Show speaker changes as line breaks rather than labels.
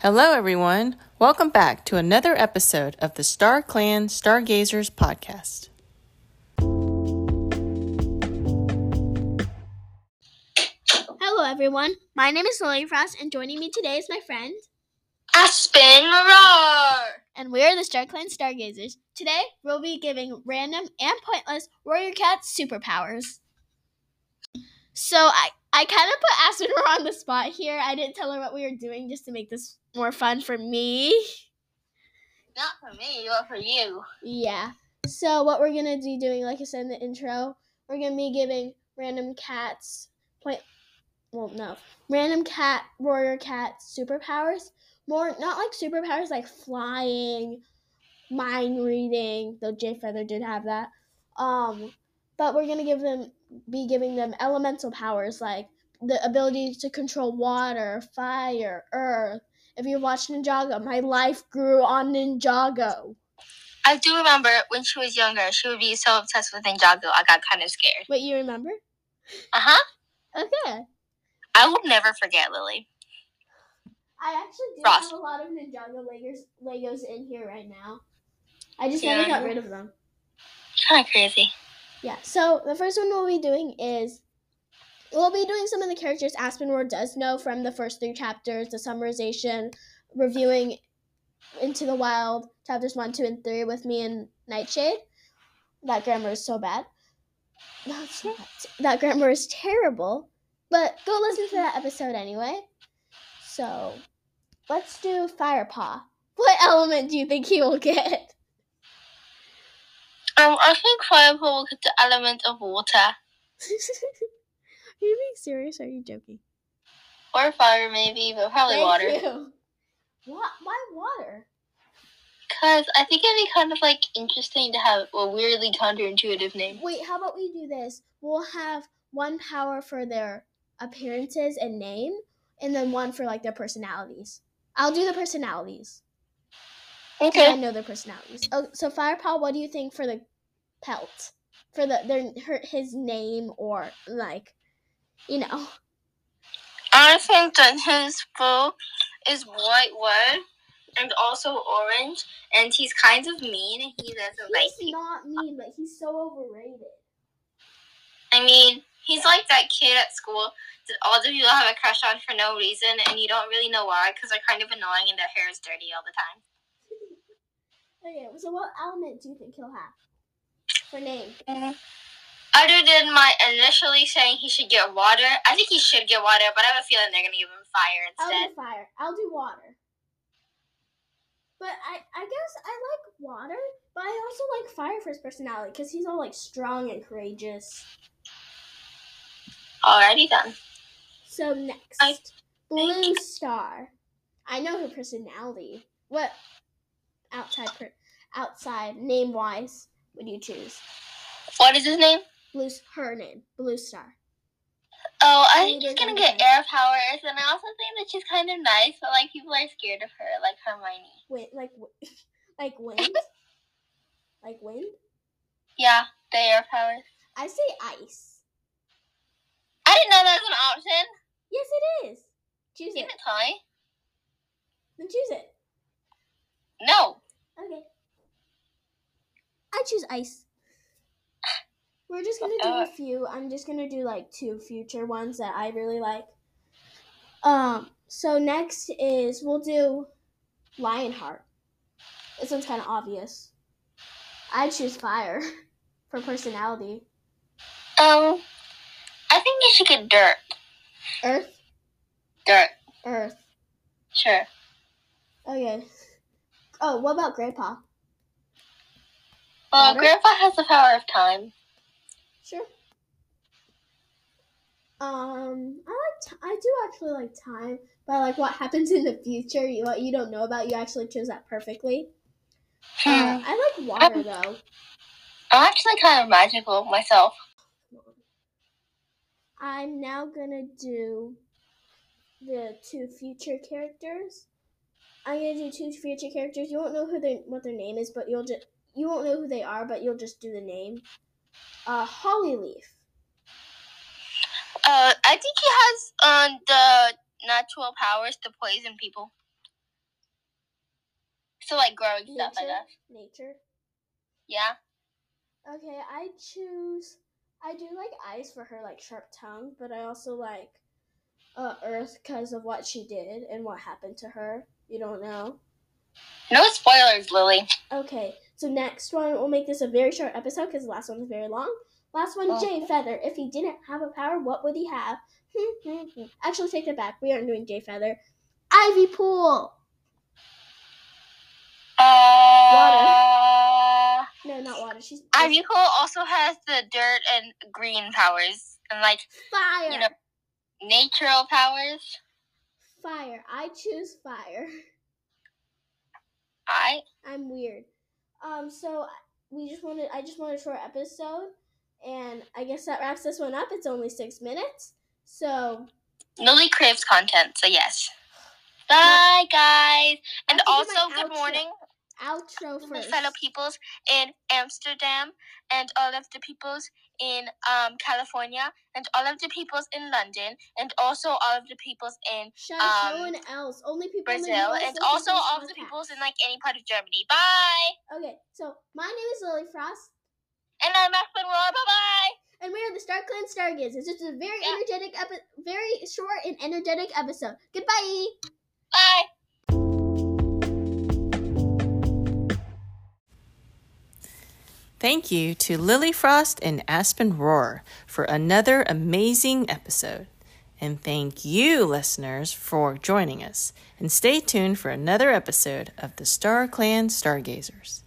Hello, everyone. Welcome back to another episode of the Star Clan Stargazers podcast.
Hello, everyone. My name is Lily Frost, and joining me today is my friend,
Aspen Roar!
and we are the Star Clan Stargazers. Today, we'll be giving random and pointless warrior cats superpowers. So, I, I kind of put Aspen Roar on the spot here. I didn't tell her what we were doing just to make this more fun for me.
Not for me, but for you.
Yeah. So, what we're going to be doing, like I said in the intro, we're going to be giving random cats point. Well, no. Random cat, warrior cat superpowers. More, not like superpowers like flying, mind reading, though Jay Feather did have that. Um, but we're going to give them, be giving them elemental powers like the ability to control water, fire, earth. If you've watched Ninjago, my life grew on Ninjago.
I do remember when she was younger, she would be so obsessed with Ninjago, I got kind of scared.
Wait, you remember?
Uh huh.
Okay.
I will never forget, Lily.
I actually do
Ross.
have a lot of Ninjago Legos, Legos in here right now. I just
Yeah,
never
I
got
know.
rid of them.
Kind of crazy.
Yeah, so the first one we'll be doing is we'll be doing some of the characters Aspen Ward does know from the first three chapters, the summarization, reviewing Into the Wild, chapters one, two, and three with me and Nightshade. That grammar is so bad. No, it's not. That grammar is terrible. But go listen to that episode anyway. So let's do Firepaw. What element do you think he will get?
Um, I think Firepool will get the element of water,
Are you being serious? Or are you joking?
or fire maybe, but probably
Thank
water.
You. What? Why water?
Because I think it'd be kind of like interesting to have a weirdly counterintuitive name.
Wait, how about we do this? We'll have one power for their appearances and name, and then one for like their personalities. I'll do the personalities. 'cause I know their personalities. Oh, so Firepaw, what do you think for the pelt? For the their her, his name or like, you know.
I think that his bow is white wood and also orange, and he's kind of mean. and He doesn't like
He's not mean, but he's so overrated.
I mean, he's like that kid at school that all the people have a crush on for no reason, and you don't really know why because they're kind of annoying and their hair is dirty all the time.
Okay, Oh, so what element do you think he'll have for name?
Other than my initially saying he should get water, I think he should get water, but I have a feeling they're gonna give him fire
I'll
instead.
do fire. I'll do water. But I, I guess I like water, but I also like fire for his personality because he's all like strong and courageous.
Alrighty then.
So next,
I
Blue Star. I know her personality. What outside per, outside name wise would you choose?
What is his name?
Blue s- her name, Blue Star.
Oh, I
Neither
think she's
is
gonna
my
get
friend.
air powers, and I also think that she's kind of nice, but like people are scared of her, like Hermione.
Wait, like wi- like wind, like wind.
Yeah, the air powers.
I say ice.
I didn't know that was an option.
Yes, it is. Choose
You
it.
didn't tell me.
Then choose it.
No.
Okay. I choose ice. We're just gonna do
Uh,
a few. I'm just gonna do like two future ones that I really like. Um. So next is we'll do Lionheart. This one's kind of obvious. I choose fire for personality.
Um, I think you should get dirt.
Earth,
Dirt.
earth.
Sure.
Okay. Oh, what about Grandpa?
Well,
Water?
Grandpa has the power of time.
Sure. Um, I like t- I do actually like time, but I like what happens in the future, you, what you don't know about, you actually chose that perfectly. Uh,
Mm.
I
Um,
like water though.
I'm actually kind of magical myself.
I'm now gonna do the two future characters. I'm gonna do two future characters. You won't know who their what their name is, but you'll just you won't know who they are, but you'll just do the name. Uh, Holly Leaf.
Uh, I think he has um the natural powers to poison people. So like growing stuff, I guess.
Nature.
Yeah.
Okay, I choose. I do like ice for her like sharp tongue, but I also like uh, earth because of what she did and what happened to her. You don't know.
No spoilers, Lily.
Okay, so next one we'll make this a very short episode because the last one was very long. Last one,
Oh.
Jay Feather. If he didn't have a power, what would he have? Actually, take that back. We aren't doing Jay Feather. Ivy Pool.
Uh,
No, not water. She's
Ivy Cole also has the dirt and green powers and like
fire.
you know- natural powers.
Fire. I choose fire.
I
I'm weird. Um, so we just wanted I just wanted a short episode and I guess that wraps this one up. It's only six minutes. So
Lily craves content, so yes. Bye guys, and
I have to do my
also good
outro
morning,
outro
to my
first.
fellow peoples in Amsterdam, and all of the peoples in um, California, and all of the peoples in London, and also all of the peoples in
Shut up, no
um,
one else. Only people in the
Brazil,
US
and
listen
also
to this
all of the
podcast.
peoples in like any part of Germany. Bye,
Okay, so my name is Lily Frost
and I'm Matt Monroe. Bye bye.
and we are the Star Clan Stargaze. It's just a very
Yeah.
energetic epi- very short and energetic episode. Goodbye.
Bye.
Thank you to Lily Frost and Aspen Roar for another amazing episode. And thank you, listeners, for joining us. And stay tuned for another episode of the Star Clan Stargazers.